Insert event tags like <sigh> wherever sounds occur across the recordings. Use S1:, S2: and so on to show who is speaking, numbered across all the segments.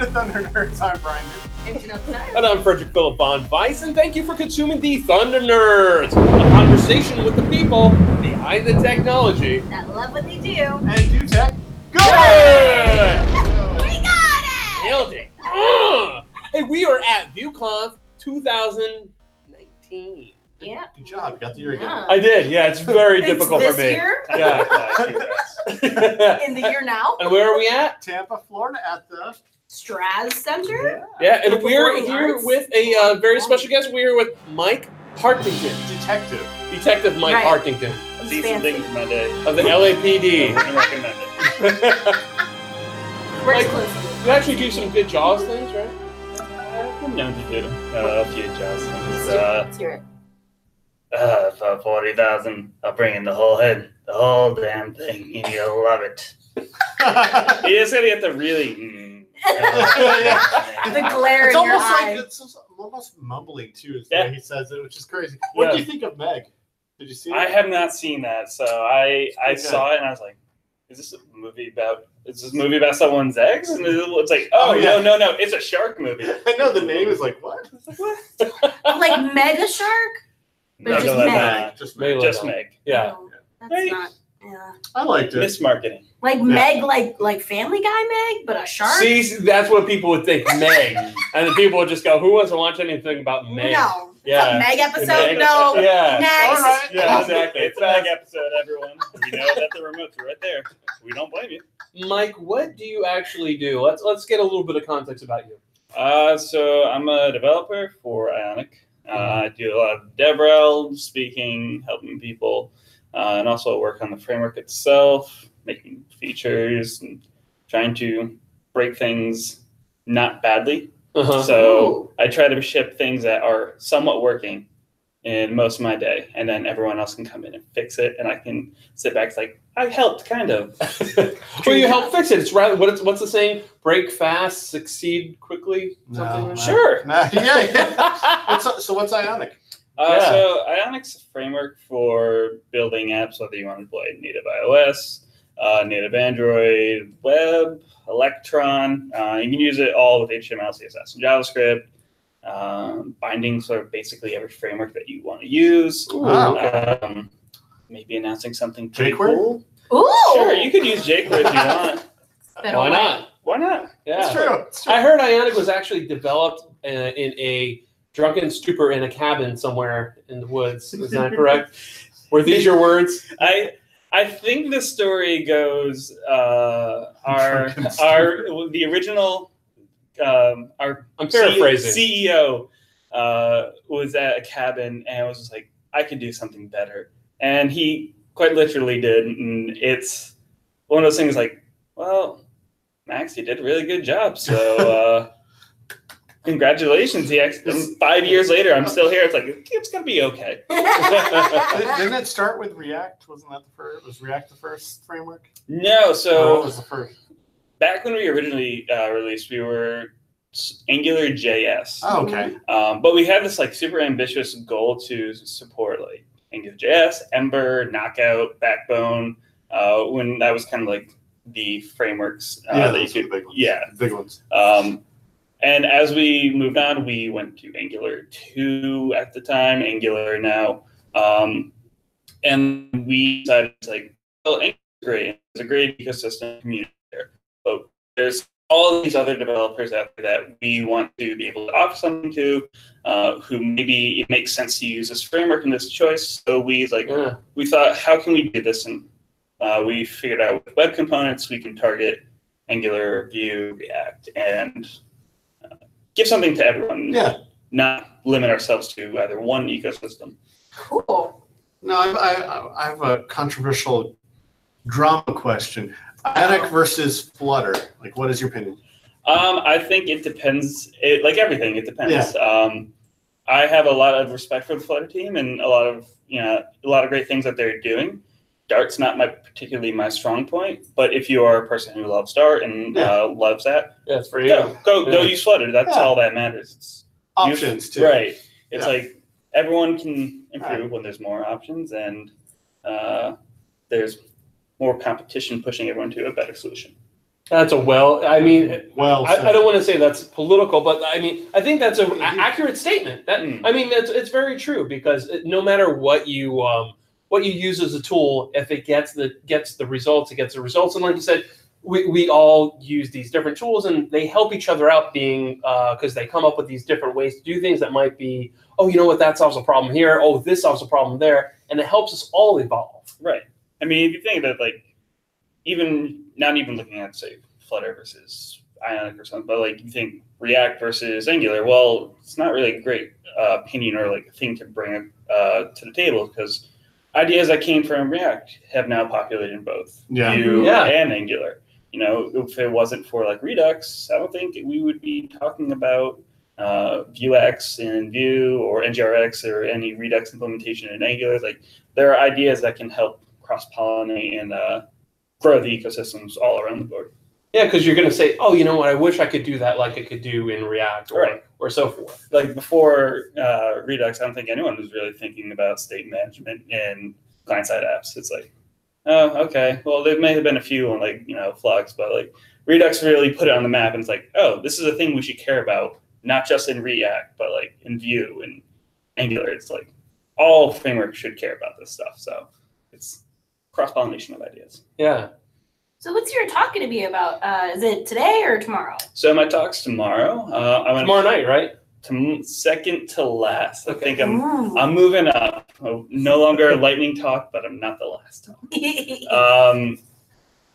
S1: <laughs>
S2: <laughs>
S1: to Thunder Nerds. I'm Brian. Newton.
S3: And I'm Frederick Philip Von Weiss, and thank you for consuming the Thunder Nerds, a conversation with the people behind the technology.
S2: that love what they do.
S1: And do tech. Go!
S3: Good!
S2: We got it!
S3: Nailed it. Ugh. Hey, we are at ViewConf 2019.
S2: Yeah. uh.
S1: Good job. You got the year again.
S2: Yeah.
S3: I did, yeah, it's very
S2: It's
S3: difficult
S2: this
S3: for me. <laughs>
S2: year?
S3: Yeah.
S4: <laughs>
S3: congrats.
S2: In the year now,
S3: and where are we at?
S1: Tampa, Florida at the.
S2: Straz Center.
S3: Yeah, and
S2: With the
S3: we're
S2: Warriors.
S3: here with a uh, very special guest. We are with Mike Hartington,
S1: Detective.
S2: <laughs>
S3: Detective Mike
S2: Right.
S3: Hartington
S2: It's
S4: see some
S2: fancy.
S4: things in my day.
S3: of the <laughs> LAPD.
S4: I recommend it.
S2: We're
S3: Like-
S2: exclusive.
S3: You actually do some good Jaws things, right?
S4: I've been known to do uh, a few jobs.
S2: Let's
S4: It's,
S2: do it.
S4: Uh,
S2: Let's hear it.
S4: uh, for 40000 I'll bring in the whole head, the whole damn thing, and you'll love it.
S1: it's
S4: You just gotta get the really. Mm,
S2: <laughs> The glare in your
S1: almost
S2: eye.
S1: like it's almost mumbling too, is the
S4: Yeah.
S1: way he says it, which is crazy. What do
S4: Yeah.
S1: you think of Meg? Did you see it?
S4: I have not seen that, so I I
S1: Okay.
S4: saw it and I was like, "Is this a movie about? Is this a movie about someone's ex?" And it- it's like, "Oh,
S1: Oh, yeah.
S4: no, no, no! It's a shark <laughs> movie."
S1: <laughs> I know the name is like what?
S2: like Mega Shark.
S4: No,
S2: just
S4: no, no,
S2: Meg.
S1: Just
S3: Meg.
S1: Meg.
S4: no. Just Meg.
S3: Yeah.
S2: No, that's
S4: Hey.
S2: not. Yeah.
S1: I liked it.
S4: Mismarketing.
S2: Like Meg, like like Family Guy Meg, but a shark.
S3: See, see, that's what people would think Meg,
S2: <laughs>
S3: and the people would just go, "Who wants to watch anything about Meg?"
S2: No.
S3: Yeah.
S2: A Meg episode.
S3: Meg.
S2: No.
S3: Yeah.
S1: All
S2: Next.
S1: right.
S4: Yeah, exactly. <laughs> It's a
S3: That's-
S4: bag episode, everyone. We know that the remote's right there. We don't blame you.
S3: Mike, what do you actually do? Let's let's get a little bit of context about you.
S4: Uh, so I'm a developer for Ionic. Uh, I do a lot of DevRel, speaking, helping people, uh, and also work on the framework itself, making features and trying to break things not badly.
S3: Uh-huh.
S4: So I try to ship things that are somewhat working in most of my day, and then everyone else can come in and fix it, and I can sit back. It's like I helped, kind of.
S3: <laughs> well, you help fix it. It's rather what it's, what's the saying? Break fast, succeed quickly. Something
S1: No.
S3: like that.
S1: <laughs>
S4: Sure.
S1: Nah, yeah, yeah. What's, so what's Ionic?
S4: Uh,
S3: Yeah.
S4: So Ionic's a framework for building apps, whether you want to play native iOS, uh, native Android, web, Electron. Uh, you can use it all with HTML, CSS, and JavaScript. Um, binding sort of basically every framework that you want to use.
S3: Ooh.
S1: Wow.
S4: Um, maybe announcing something pretty
S1: jQuery?
S4: cool.
S2: Ooh.
S4: Sure, you could use jQuery if you want.
S2: Better
S3: Why
S2: way.
S3: not?
S4: Why not?
S1: It's
S3: Yeah.
S1: true. It's true.
S3: I heard Ionic was actually developed uh, in a drunken stupor in a cabin somewhere in the woods. Is that correct? Were these your words?
S4: I I think the story goes uh, our our the original um, our
S3: I'm paraphrasing.
S4: C- CEO uh, was at a cabin and was just like I could do something better, and he quite literally did, and it's one of those things like well, Max, you did a really good job, so. Uh, Congratulations! He actually, five years later, I'm still here. It's like it's gonna be okay.
S1: Did-
S3: <laughs>
S1: Didn't it start with React? Wasn't that the first? Was React the first framework?
S4: No,
S1: Or
S4: so
S1: what was the first?
S4: back when we originally uh, released, we were s- Angular JS,
S1: Oh, okay.
S4: um, but we had this like super ambitious goal to support like Angular JS, Ember, Knockout, Backbone. Uh, when that was kind of like the frameworks uh, that you
S1: those were
S4: could,
S1: the big ones.
S4: yeah.
S1: The big ones.
S4: um, and as we moved on, we went to Angular 2 at the time, Angular now. Um, and we decided, it's like, well, Angular's great. It's a great ecosystem community there. But there's all these other developers out there that we want to be able to offer something to, uh, who maybe it makes sense to use this framework and this choice. So we like
S3: Yeah.
S4: we thought, how can we do this? And uh, we figured out with web components, we can target Angular, Vue, React, and uh, give something to everyone.
S1: Yeah.
S4: Not limit ourselves to either one ecosystem.
S2: Cool.
S1: No, I, I, I have a controversial drama question. Ionic versus Flutter. Like, what is your opinion?
S4: Um, I think it depends. It, like everything, it depends. Um, I have a lot of respect for the Flutter team and a lot of you know a lot of great things that they're doing. Dart's not my particularly my strong point, but if you are a person who loves Dart and
S1: Yeah.
S4: uh, loves that,
S3: That's for you.
S4: go go go
S3: Yeah.
S4: use Flutter. That's
S1: Yeah.
S4: all that matters. It's
S1: Options too.
S4: Right.
S1: Yeah.
S4: It's like everyone can improve
S1: Right.
S4: when there's more options and uh, there's more competition pushing everyone to a better solution.
S3: That's a well. I mean,
S1: Well,
S3: I, I
S1: said.
S3: don't want to say that's political, but I mean, I think that's a, a- accurate statement. That
S4: Mm.
S3: I mean, that's it's very true because it, no matter what you um, what you use as a tool, if it gets the gets the results, it gets the results. And like you said, we, we all use these different tools, and they help each other out, being because they come up with these different ways to do things that might be, oh, you know what, that solves a problem here. Oh, this solves a problem there, and it helps us all evolve.
S4: Right. I mean, if you think about it, like even not even looking at say Flutter versus Ionic or something, but like you think React versus Angular. Well, it's not really a great uh, opinion or like thing to bring uh, to the table because ideas that came from React have now populated both
S1: Yeah.
S4: Vue
S3: Yeah.
S4: and Angular. You know, if it wasn't for like Redux, I don't think we would be talking about uh, Vuex and Vue or NGRX or any Redux implementation in Angular. Like there are ideas that can help cross pollinate and uh, grow the ecosystems all around the board.
S3: Yeah, because you're going to say, oh, you know what, I wish I could do that like I could do in React or
S4: Right.
S3: or so forth.
S4: Like before uh, Redux, I don't think anyone was really thinking about state management and client side apps. It's like, oh, okay. Well, there may have been a few on like you know Flux, but like Redux really put it on the map, and it's like, oh, this is a thing we should care about, not just in React, but like in Vue and Angular. It's like all frameworks should care about this stuff. So it's cross pollination of ideas.
S3: Yeah.
S2: So what's your talking to me about? Uh, is it today or tomorrow?
S4: So my talk's tomorrow. Uh, I'm
S3: Tomorrow night, right?
S4: To second to last. I
S3: Okay.
S4: think I'm.
S2: Ooh.
S4: I'm moving up. Oh, No longer a lightning talk, but I'm not the last talk.
S2: <laughs>
S4: Um,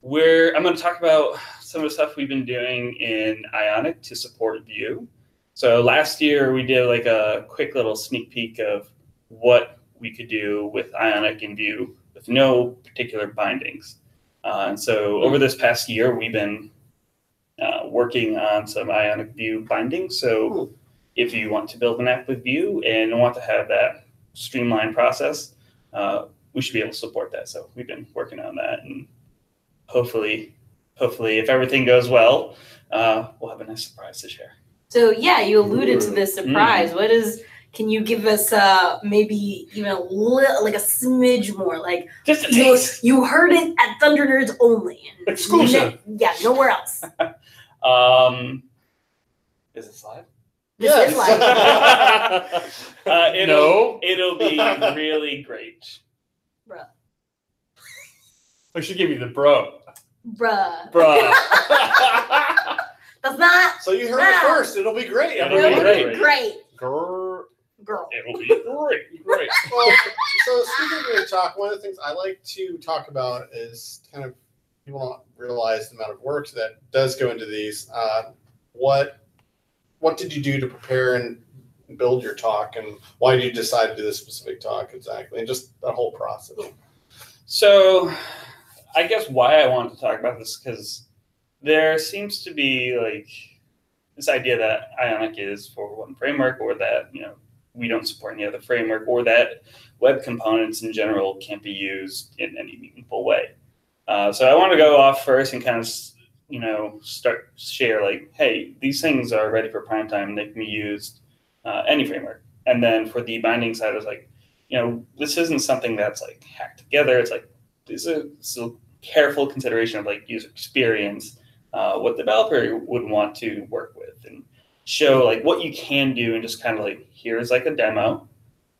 S4: we're. I'm going to talk about some of the stuff we've been doing in Ionic to support Vue. So last year we did like a quick little sneak peek of what we could do with Ionic and Vue with no particular bindings. Uh, and so over this past year we've been uh, working on some Ionic Vue bindings. So if you want to build an app with Vue and want to have that streamlined process, uh, we should be able to support that. So we've been working on that, and hopefully, hopefully, if everything goes well, uh, we'll have a nice surprise to share.
S2: so yeah, you alluded to this surprise. What is? Can you give us uh, maybe even a little, like a smidge more? Like
S4: Just a
S2: you,
S4: taste.
S2: you heard it at Thunder Nerds only.
S3: Exclusive.
S2: Ne- yeah, nowhere else.
S4: Um, is it
S3: <laughs>
S4: live?
S2: This
S3: Yes.
S2: is
S3: <laughs>
S2: like
S4: Uh, it'll,
S3: No.
S4: it'll be really great.
S3: I should give you the bro. <laughs>
S2: bruh.
S3: Bro.
S2: That's not
S1: So you heard it
S2: Ah.
S1: first. It'll be great.
S4: It'll be
S2: it'll be
S4: great.
S2: great.
S3: Grr.
S2: girl.
S4: It'll be great.
S3: <laughs> Right.
S1: Well, so speaking of your talk, one of the things I like to talk about is kind of people don't realize the amount of work that does go into these. Uh, what what did you do to prepare and build your talk, and why did you decide to do this specific talk exactly, and just the whole process?
S4: So, I guess why I wanted to talk about this because there seems to be like this idea that Ionic is for one framework, or that you know we don't support any other framework, or that web components in general can't be used in any meaningful way. Uh, so I want to go off first and kind of you know start share like, hey, these things are ready for prime time; they can be used uh, any framework. And then for the binding side, I was like you know, this isn't something that's like hacked together. It's like this is it's a careful consideration of like user experience, uh, what developer would want to work with, and show like what you can do, and just kind of like here's like a demo,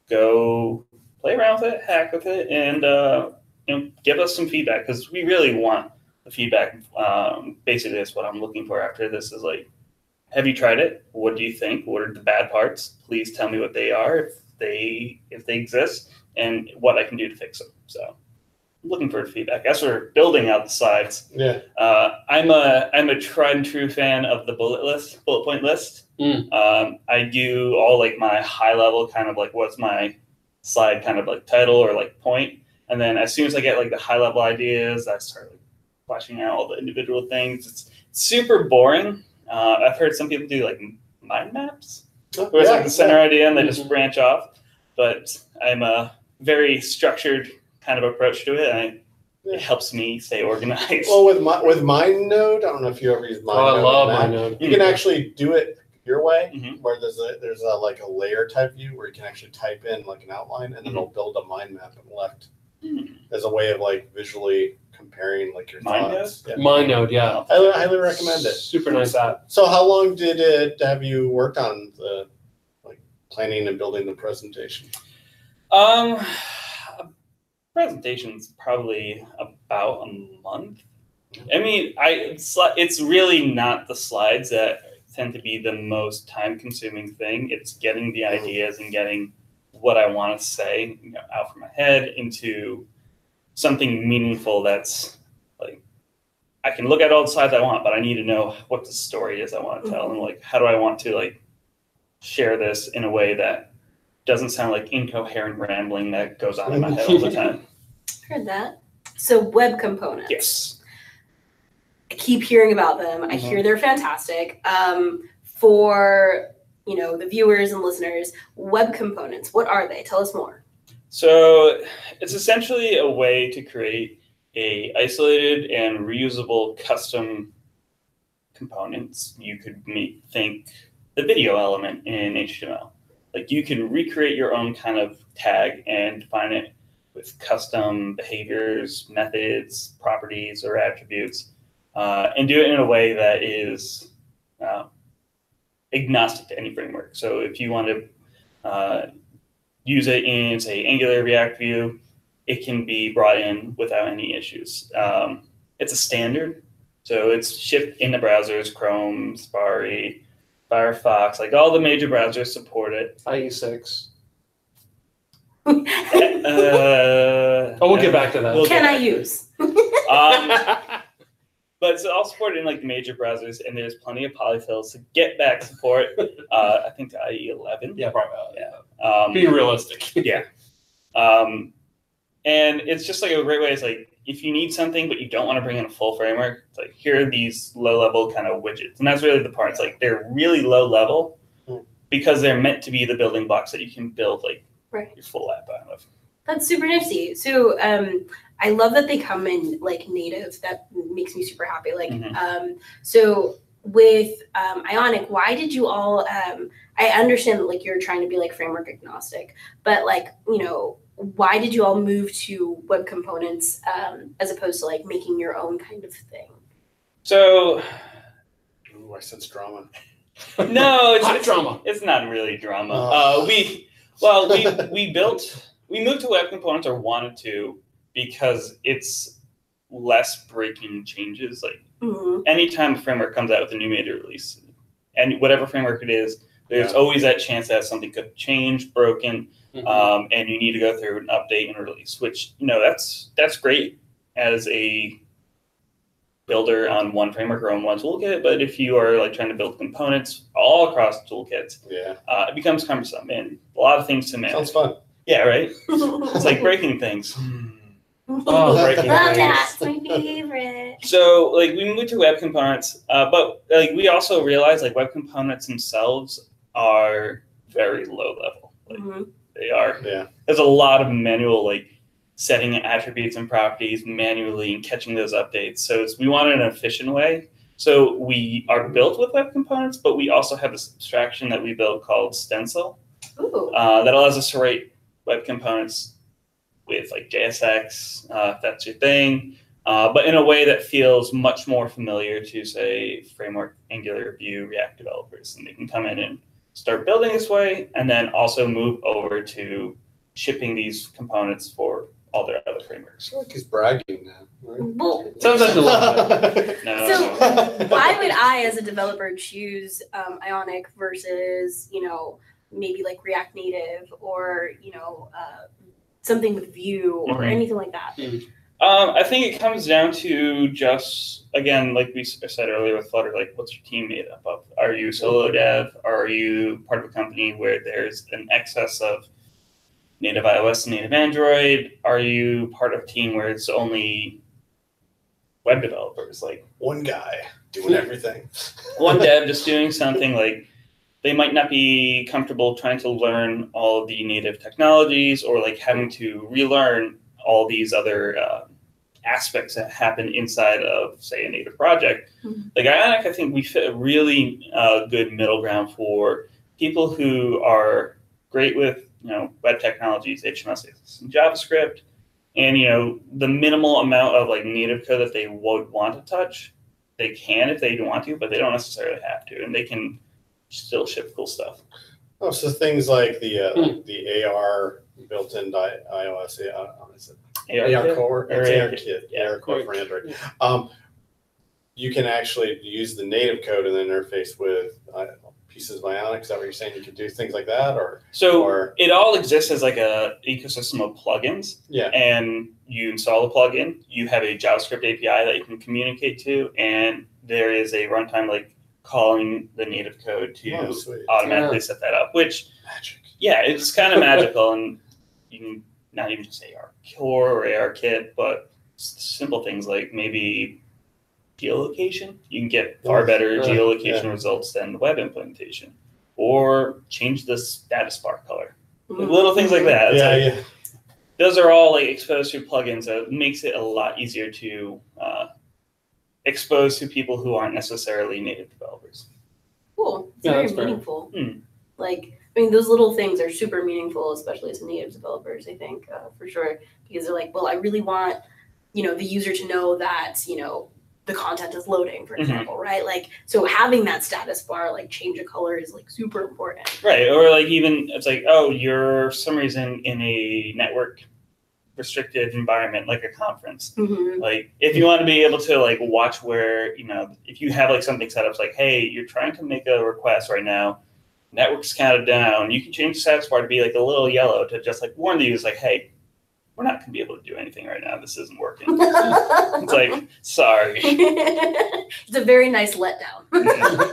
S4: go play around with it, hack with it, and uh, you know, give us some feedback because we really want the feedback. Um, basically, that's what I'm looking for after this is like. Have you tried it? What do you think? What are the bad parts? Please tell me what they are. If they if they exist and what I can do to fix them. So I'm looking for feedback. As we're building out the slides,
S1: Yeah,
S4: uh, I'm a I'm a tried and true fan of the bullet list, bullet point list.
S3: Mm.
S4: Um, I do all like my high level kind of like what's my slide kind of like title or like point, and then as soon as I get like the high level ideas, I start like flashing out all the individual things. It's super boring. Uh, I've heard some people do like mind maps where it's like the center idea and they just branch off. But I'm a very structured kind of approach to it, and
S1: Yeah.
S4: it helps me stay organized. <laughs>
S1: Well, with my with MindNode, I don't know if you ever use MindNode.
S3: Oh, I love my
S1: You
S3: Hmm.
S1: can actually do it your way,
S4: Mhm.
S1: where there's a there's a like a layer type view where you can actually type in like an outline, and then it'll build a mind map and left
S4: Hmm.
S1: as a way of like visually comparing like your
S4: Mind
S1: thoughts. Yeah.
S3: MyNode, yeah.
S1: I highly recommend it.
S3: Super nice app.
S1: So, how long did it have you worked on the like planning and building the presentation?
S4: Um, <sighs> presentation's probably about a month. I mean, I it's, li- it's really not the slides that tend to be the most time-consuming thing. It's getting the ideas and getting what I want to say you know, out from my head into something meaningful. That's like I can look at all the slides I want, but I need to know what the story is I want to tell and like how do I want to like share this in a way that doesn't sound like incoherent rambling that goes on in my head all the time.
S2: Heard that. So web components.
S4: Yes.
S2: I keep hearing about them. I
S4: Mhm.
S2: hear they're fantastic. Um, for you know the viewers and listeners, web components. What are they? Tell us more. <laughs>
S4: So it's essentially a way to create a isolated and reusable custom components. You could make, think the video element in HTML. Like you can recreate your own kind of tag and define it with custom behaviors, methods, properties, or attributes, uh, and do it in a way that is uh, agnostic to any framework. So if you want to uh, use it in say Angular React Vue, it can be brought in without any issues. Um, it's a standard, so it's shipped in the browsers Chrome, Safari, Firefox, like all the major browsers
S3: <laughs>
S4: support it.
S3: IE6.
S4: Uh,
S3: Oh, we'll get back to that. <laughs>
S2: <laughs>
S4: We'll get
S2: Can I
S4: back.
S2: use?
S4: Um, but it's all supported in like major browsers, and there's plenty of polyfills to get back
S3: <laughs>
S4: support. uh, I think to IE 11.
S3: yeah, probably.
S4: Um,
S3: Be realistic.
S4: yeah. Um, and it's just like a great way. It's like if you need something but you don't want to bring in a full framework, it's like here are these low level kind of widgets, and that's really the part. It's like they're really low level
S3: Hmm.
S1: Mm.
S4: because they're meant to be the building blocks that you can build like
S2: Right.
S4: your full app out of.
S2: That's super nifty. So um, I love that they come in like native. That makes me super happy. Like
S4: Mhm.
S2: um, so with um, Ionic, why did you all? Um, I understand that like you're trying to be like framework agnostic, but like you know why did you all move to web components um, as opposed to like making your own kind of thing?
S4: So
S1: Ooh, I sense drama.
S4: no, it's
S3: Hot drama.
S4: It's not really drama.
S1: Oh.
S4: Uh, we well, we
S3: <laughs>
S4: we built we moved to web components or wanted to because it's less breaking changes. Like
S2: hmm
S4: anytime a framework comes out with a new major release, and whatever framework it is, there's
S1: Yeah.
S4: always that chance that something could change, broken, um, and you need to go through an update and release. Which you know that's that's great as a builder on one framework or on one toolkit. But if you are like trying to build components all across toolkits,
S1: Yeah,
S4: uh, it becomes cumbersome and a lot of things to manage.
S1: sounds fun.
S4: yeah, right. It's
S2: <laughs>
S4: like breaking things.
S1: <laughs>
S3: Oh, breaking
S2: Mm-hmm. Love
S3: things.
S2: that's my
S4: <laughs>
S2: favorite.
S4: So like we moved to web components, uh, but like we also realized like web components themselves are very low level. Like
S2: Mhm.
S4: they are.
S1: Yeah.
S4: There's a lot of manual like setting attributes and properties manually and catching those updates. So it's, we wanted an efficient way. So we are built with web components, but we also have this abstraction that we built called Stencil
S2: Ooh.
S4: uh, that allows us to write web components with like JSX, uh, if that's your thing, uh, but in a way that feels much more familiar to say framework Angular, Vue, React developers, and they can come in and start building this way, and then also move over to shipping these components for all their other frameworks.
S1: I feel like he's bragging now. right?
S2: Well,
S3: Sounds like a
S1: <laughs>
S4: No,
S2: So-
S4: no.
S2: why would I, as a developer, choose um, Ionic versus you know maybe like React Native or you know uh, something with Vue
S3: Mm-hmm.
S2: or
S4: Mhm.
S2: anything like that?
S4: Um, I think it comes down to just again, like we s- said earlier with Flutter, like what's your team made up of? Are you solo dev? Are you part of a company where there's an excess of native iOS and native Android? Are you part of a team where it's only web developers? Like
S1: One guy doing everything.
S4: Hmm.
S1: <laughs>
S4: one dev just doing something like they might not be comfortable trying to learn all of the native technologies or like having to relearn all these other uh, aspects that happen inside of say a native project
S2: Mhm.
S4: like ionic i think we fit a really uh, good middle ground for people who are great with you know web technologies html css and javascript and you know the minimal amount of like native code that they would want to touch they can if they want to but they don't necessarily have to and they can still ship cool stuff
S1: Oh, so things like the uh,
S4: Hmm.
S1: the AR built-in di- iOS uh, what is it?
S4: AR
S1: AR
S4: kit,
S1: core,
S4: Or
S1: it's
S4: AR
S1: AR
S4: kit,
S1: kit,
S4: yeah.
S1: AR core for Android. Um, you can actually use the native code and then interface with uh, pieces of Ionic. Is that what you're saying? You can do things like that, or
S4: so
S1: or
S4: it all exists as like a ecosystem of plugins
S1: yeah,
S4: and you install the plugin you have a javascript api that you can communicate to and there is a runtime like calling the native code to
S1: oh, sweet.
S4: automatically set that up which
S1: magic.
S4: yeah, it's kind of magical, and you can not even just AR core or AR kit, but s- simple things like maybe geolocation. You can get far better
S3: Yeah,
S4: geolocation
S1: uh, yeah.
S4: results than the web implementation, or change the status bar color.
S3: Mm-hmm.
S2: Mm-hmm. Mm,
S4: Little things like that. It's
S1: yeah,
S4: like-
S1: yeah.
S4: Those are all like exposed through plugins. That makes it a lot easier to uh, expose to people who aren't necessarily native developers.
S2: Cool. It's
S3: Yeah,
S2: very
S3: that's fair. Mm.
S2: meaningful.
S4: Hmm.
S2: Like, I mean, those little things are super meaningful, especially as native developers, I think, uh, for sure. Because they're like, well, I really want, you know, the user to know that, you know, the content is loading,
S3: Mm-hmm.
S2: for
S4: Mhm.
S2: example, right? Like, so having that status bar, like, change of color is, like, super important.
S4: Right, or like even it's like, oh, you're for some reason in a network restricted environment, like a conference.
S2: Mm-hmm.
S4: Like if you want to be able to like watch where you know if you have like something set up, it's like, hey, you're trying to make a request right now, network's counted down. You can change the status bar to be like a little yellow to just like warn the user, like, hey, we're not gonna be able to do anything right now. This isn't working. it's like, sorry, <laughs> it's
S2: <laughs> it's a very nice letdown.
S4: a,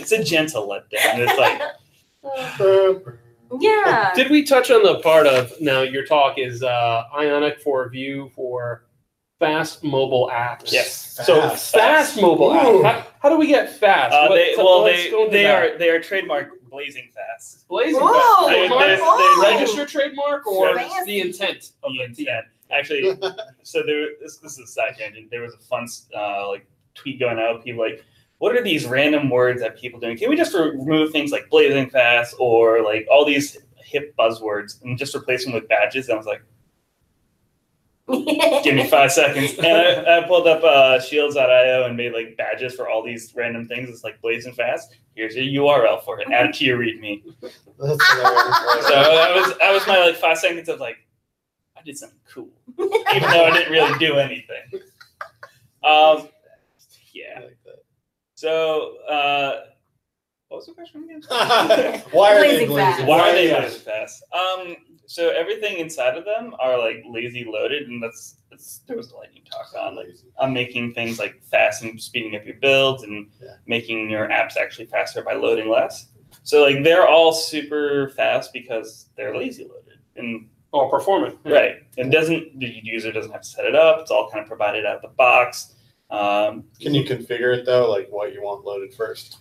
S4: it's a gentle letdown. It's like
S2: <laughs>
S3: <laughs>
S2: yeah.
S3: Did we touch on the part of now your talk is uh, Ionic for Vue for fast mobile apps?
S4: yes.
S3: So
S1: Fast.
S3: fast, mobile
S1: Ooh.
S3: apps. How, how do we get fast?
S4: Uh,
S3: What-
S4: they,
S3: so
S4: well,
S3: let's
S4: they
S3: go into
S4: they
S3: that.
S4: are they are trademark blazing fast.
S3: blazing
S2: Whoa,
S3: fast.
S4: They-
S3: Trademark?
S4: they- they
S2: whoa.
S3: register trademark or
S2: Fancy.
S3: just the intent of the team?
S4: Yeah, actually, so there. This, this is a side tangent. There was a fun uh, like tweet going out. People like, what are these random words that people doing? Can we just re- remove things like blazing fast or like all these hip buzzwords and just replace them with badges? And I was like, give me five seconds. And I, I pulled up uh, shields.io and made like badges for all these random things. It's like blazing fast. Here's your URL for it. Add it to your README.
S1: That's hilarious.
S4: <laughs> So that was that was my like five seconds of like, I did something cool, even though I didn't really do anything.
S1: I
S4: Um, yeah.
S1: like that.
S4: So uh, what was the
S1: <laughs>
S4: question again?
S1: <laughs> Why are they
S2: Blazing fast.
S1: blazing?
S4: Why are they
S1: Yeah.
S4: loaded fast? Um, so everything inside of them are like lazy loaded, and that's that's there was a lightning talk on like on making things like fast and speeding up your builds and
S1: Yeah.
S4: making your apps actually faster by loading less. So like they're all super fast because they're lazy loaded and
S3: Or performant.
S4: Right. It doesn't. The user doesn't have to set it up. It's all kind of provided out of the box. Um,
S1: Can you configure it though, like what you want loaded first?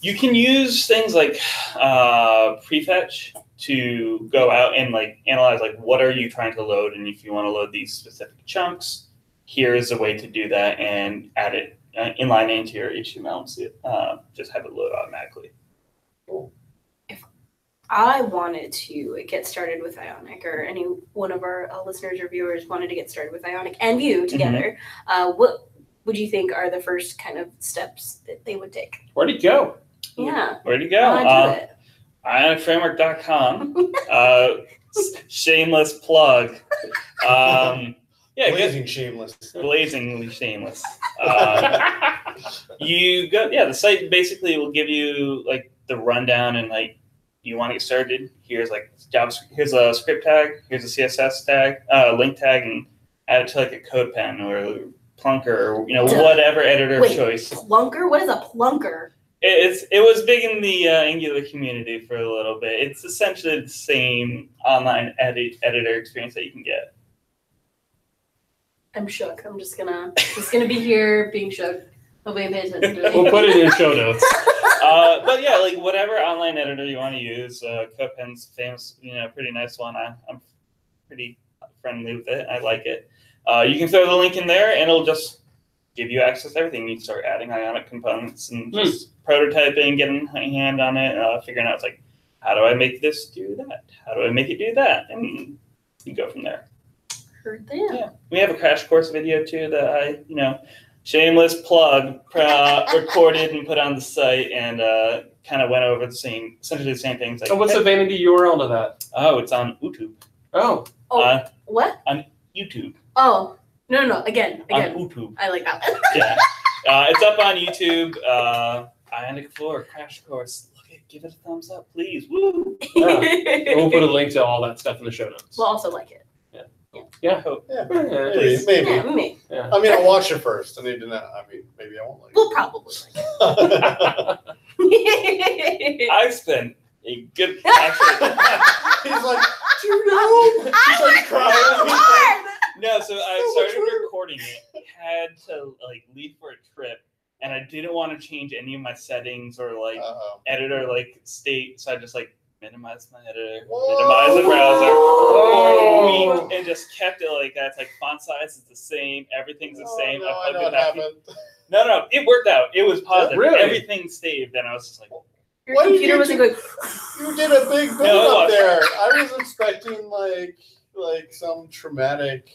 S4: you can use things like uh, prefetch to go out and like analyze like what are you trying to load, and if you want to load these specific chunks, here is a way to do that and add it uh, inline into your HTML and see it, uh, just have it load automatically.
S2: I wanted to get started with Ionic, or any one of our uh, listeners or viewers wanted to get started with Ionic
S3: Mm-hmm.
S2: and Vue together. Uh, what would you think are the first kind of steps that they would take?
S3: Where'd it go?
S2: Yeah,
S4: Where'd you go?
S2: I
S4: Um,
S3: uh,
S2: wanna do it. <laughs>
S4: IonicFramework.com. uh, s- shameless plug. Um, yeah, go-
S1: blazing shameless.
S2: <laughs>
S4: blazingly shameless. Uh, you go, yeah. The site basically will give you like the rundown and like you want to get started. Here's like JavaScript. Here's a script tag. Here's a CSS tag, uh, link tag, and add it to like a code pen or Plunker or you know
S2: Duh.
S4: whatever editor
S2: Wait.
S4: of choice. It,
S2: Plunker? What is a plunker?
S4: it's it was big in the uh, Angular community for a little bit. It's essentially the same online edit editor experience that you can get.
S2: I'm shook. I'm just gonna just gonna be here being shook. Hopefully, I pay attention to
S3: <laughs> <laughs>
S2: it.
S3: We'll put it in show notes.
S4: uh, but yeah, like whatever online editor you want to use, uh, Copen's famous, you know, pretty nice one. I, I'm pretty friendly with it. I like it. Uh, you can throw the link in there, and it'll just give you access to everything. You can start adding ionic components and
S3: Hmm.
S4: just prototyping, getting a hand on it, uh, figuring out like how do I make this do that? How do I make it do that? And you go from there.
S2: heard that.
S4: We have a crash course video too that I, you know, shameless plug, uh, recorded and put on the site and uh, kind of went over the same, essentially the same things. Like,
S3: And what's the vanity URL to that?
S4: Oh, it's on YouTube.
S3: Oh,
S2: Oh,
S4: Uh,
S2: what?
S4: YouTube.
S2: Oh, no, no, no. Again,
S3: Uh,
S2: again.
S4: On YouTube.
S2: I like that one.
S4: Yeah. uh, it's up on YouTube. Uh, Ionic Floor Crash Course. Look at, give it a thumbs up, please. Woo!
S3: we'll
S2: <laughs>
S3: put a link to all that stuff in the show notes.
S2: We'll also like it.
S4: Yeah. I hope.
S3: Yeah.
S1: Maybe,
S2: Yeah,
S1: maybe.
S2: me.
S1: I mean, I'll watch it first. I need to know. I mean, maybe I won't like
S2: We'll probably like
S1: it.
S2: it.
S4: I spent a good. Actually,
S1: <laughs> He's like, do you know? She's like
S4: <laughs>
S1: crying.
S4: No, so I
S1: So much
S4: started
S1: work.
S4: recording it. Had to like leave for a trip, and I didn't want to change any of my settings or like
S1: Uh-oh.
S4: editor like state. So I just like minimized my editor,
S1: Whoa.
S4: minimized the browser,
S3: Oh.
S4: and just kept it like that. It's like font size is the same, everything's the
S1: Oh,
S4: same.
S1: No,
S4: I
S1: I know
S4: plugged it
S1: what
S4: back in.
S1: happened.
S4: No, no, it worked out. It was positive.
S3: Really?
S4: Everything saved, and I was just like,
S2: Your
S1: Why did
S2: computer
S1: you
S2: wasn't
S1: do-
S2: going.
S1: You did a big build up
S4: No, I-
S1: there. I was expecting like like some traumatic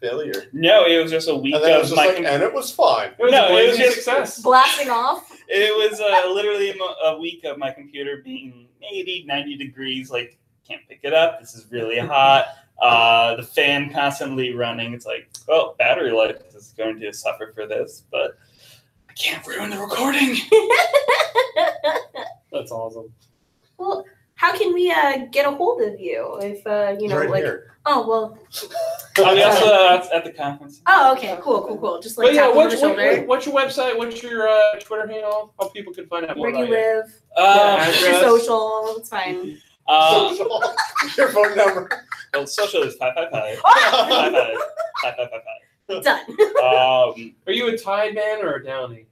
S1: failure.
S4: no, it was just a week
S1: And then it was
S4: of
S1: just
S4: my.
S1: like,
S4: com-
S1: and it was fine.
S3: It was
S4: No,
S3: a
S4: it
S3: blazing
S4: was just-
S3: success.
S2: Blasting off.
S4: It was uh, literally a mo- a week of my computer being maybe 90 degrees, like, can't pick it up. This is really hot. Uh, the fan constantly running. It's like, well, battery life is going to suffer for this, but I can't ruin the recording.
S3: That's awesome.
S2: Well, how can we uh, get a hold of you if uh, you know,
S1: right
S2: like,
S1: here.
S2: oh well,
S1: <laughs>
S4: I was also uh, at the conference.
S2: oh okay, cool, cool, cool. Just like
S3: but Oh, yeah,
S2: tap on
S3: what's,
S2: the
S3: what,
S2: shoulder.
S3: what- what's your website? What's your uh, Twitter handle? How people can find out more
S2: Where do you
S3: about you.
S2: live?
S4: Uh,
S3: Yeah,
S2: Your
S3: address.
S2: social.
S3: <laughs>
S2: It's fine.
S4: uh,
S1: Social. Your phone
S4: <laughs>
S1: number.
S4: well, social is 555.
S2: Oh,
S4: 555. 555.
S2: done.
S4: Um,
S3: Are you a Tide man or a Downy?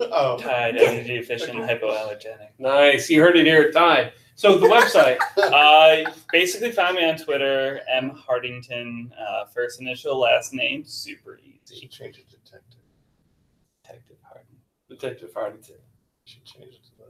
S1: Oh.
S4: Tide, energy efficient, hypoallergenic.
S3: Nice. You heard it here at Tide. So the <laughs> website.
S4: uh, basically found me on Twitter, M Hardington, uh, first initial, last name, super
S1: She
S4: easy.
S1: changed it to detective.
S4: Detective Hardington.
S3: Detective Hardington.
S1: She changed it to that.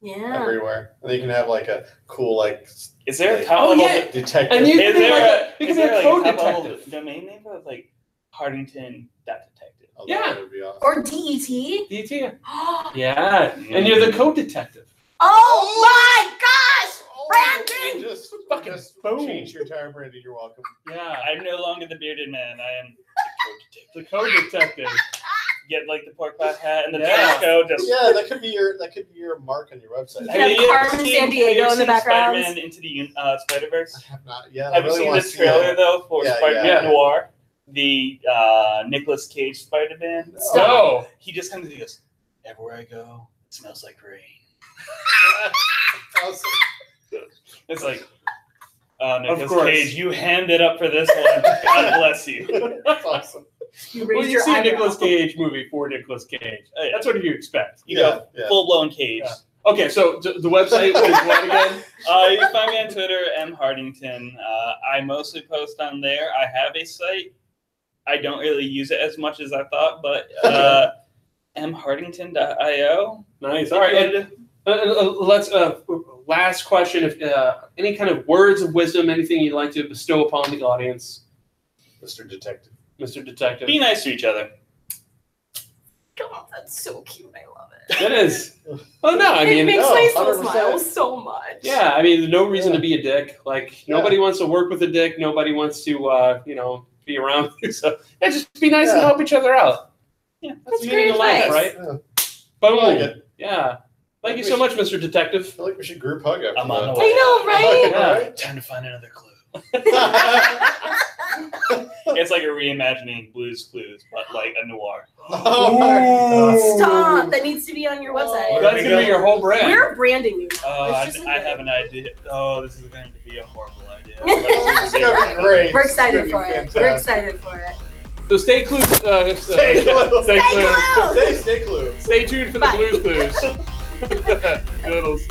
S2: Yeah.
S1: everywhere. And you can have like a cool like s-
S4: Is there a
S1: Like-
S4: top
S3: Oh,
S4: level?
S3: yeah.
S1: detective.
S3: And you
S4: Is
S3: can be
S4: there
S3: like
S4: a,
S3: a, you
S4: is
S3: can be
S4: there
S3: a
S4: like
S3: code
S4: a top level
S3: detective.
S4: domain name of like Hardington dot detective?
S1: Oh, that
S3: Yeah.
S1: would be awesome.
S2: Or DET.
S3: DT.
S2: <gasps> Oh
S3: Yeah. And you're the code detective.
S2: my gosh!
S1: Oh,
S2: Brandon!
S1: you Just, you
S3: Fucking
S1: just
S3: boom.
S1: change your entire branding. You're welcome.
S3: Yeah.
S4: Uh, I'm no longer the bearded man. I am the code detective.
S3: The code <laughs> detective.
S4: Get like the pork pie hat and the
S3: Yeah.
S4: trench coat. Just
S1: Yeah, that could be your that could be your mark on your website.
S2: Yeah.
S4: Have you ever
S2: Carmen
S4: seen-
S2: Sandiego
S4: have you ever
S2: in the
S4: seen
S2: background.
S4: Spider-Man into the Un- uh, Spider Verse.
S1: I have not yet. I
S4: Have
S1: really
S4: you seen
S1: want
S4: the
S1: to see
S4: trailer
S1: that.
S4: though for
S1: Yeah,
S4: Spider-Man
S3: yeah.
S4: Noir, the uh, Nicolas Cage Spider-Man?
S2: Stop.
S3: No.
S4: he just comes and he goes, Everywhere I go, it smells like rain.
S1: <laughs> Awesome.
S4: It's like, uh,
S3: Of
S4: Nicolas
S3: course.
S4: Cage, you hammed it up for this
S1: <laughs>
S4: one. God bless you.
S1: That's awesome.
S2: You
S3: Well,
S2: raised
S3: you
S2: your
S3: see a
S2: eyebrow.
S3: Nicolas Cage movie for Nicolas Cage.
S4: Oh, yeah.
S3: That's what you expect.
S4: You
S1: yeah, yeah.
S4: go full blown Cage.
S3: Yeah. Okay, so th- the website is what again?
S4: Uh, you can find me on Twitter, M Hardington. Uh, I mostly post on there. I have a site. I don't really use it as much as I thought,
S1: <laughs>
S4: but uh, mhardington.io.
S3: Nice. All right. And, uh, uh, let's. Uh, last question: If uh, any kind of words of wisdom, anything you'd like to bestow upon the audience,
S1: Mr. Detective.
S3: Mister Detective.
S4: Be nice to each other.
S2: God, that's so cute. I love it.
S3: That is. Oh no! I
S2: it
S3: mean,
S2: makes
S1: no,
S2: my soul
S1: 100%.
S2: smile so much.
S3: yeah. I mean, no reason to be a dick. Like
S1: Yeah.
S3: nobody wants to work with a dick. Nobody wants to, uh, you know, be around. <laughs> you. So yeah, just be nice and
S1: Yeah.
S3: help each other out.
S4: Yeah,
S2: That's
S3: the meaning
S2: great
S3: of life, right?
S2: advice.
S1: Yeah.
S3: Boom.
S1: I like it.
S3: Yeah. Thank you so much, Mister Detective.
S1: I feel like we should group hug after
S4: I'm on
S1: that.
S4: the way.
S2: I know, right?
S3: Yeah.
S4: Time to find another clue.
S1: <laughs> oh
S4: It's like a reimagining Blues Clues, but like a noir.
S1: Oh my
S2: <laughs>
S3: <laughs>
S2: Stop. That needs to be on your website.
S3: That's gonna be your whole Oh. brand.
S2: We're branding you.
S4: Oh,
S2: It's
S4: I,
S2: just
S4: I
S2: like-
S4: have an idea. Oh, this is going to be a horrible idea.
S2: <laughs>
S1: God. <laughs> This is gonna be great.
S2: We're
S1: This
S2: excited
S1: is
S2: for
S1: gonna be
S2: it. We're
S1: fantastic.
S2: excited for it.
S3: So stay clued. Uh,
S1: Stay
S3: <laughs>
S1: clued.
S3: Stay,
S2: Stay
S3: clued.
S2: clued.
S1: Stay, stay clue.
S3: Stay tuned for the
S2: Bye.
S3: Blues Clues. <laughs> Doodles.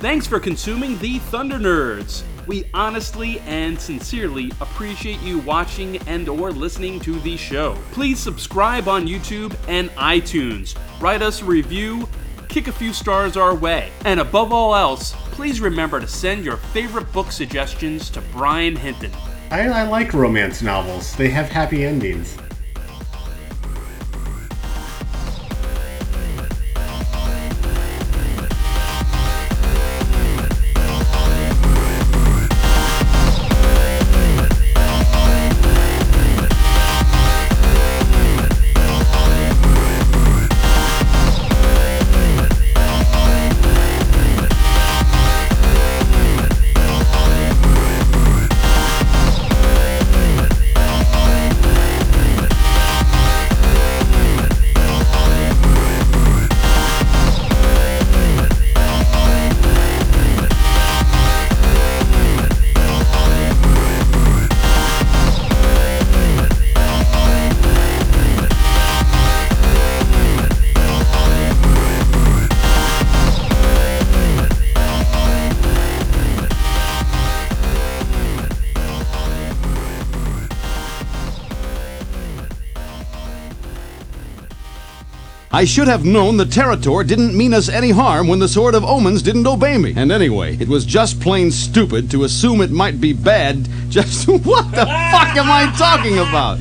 S5: Thanks for consuming the Thunder Nerds. We honestly and sincerely appreciate you watching and or listening to the show. Please subscribe on YouTube and iTunes. Write us a review, kick a few stars our way. And above all else, please remember to send your favorite book suggestions to Brian Hinton.
S6: I, I like romance novels. They have happy endings.
S7: I should have known the Territor didn't mean us any harm when the Sword of Omens didn't obey me. And anyway, it was just plain <laughs> stupid to assume it might be bad just. what the fuck am I talking about?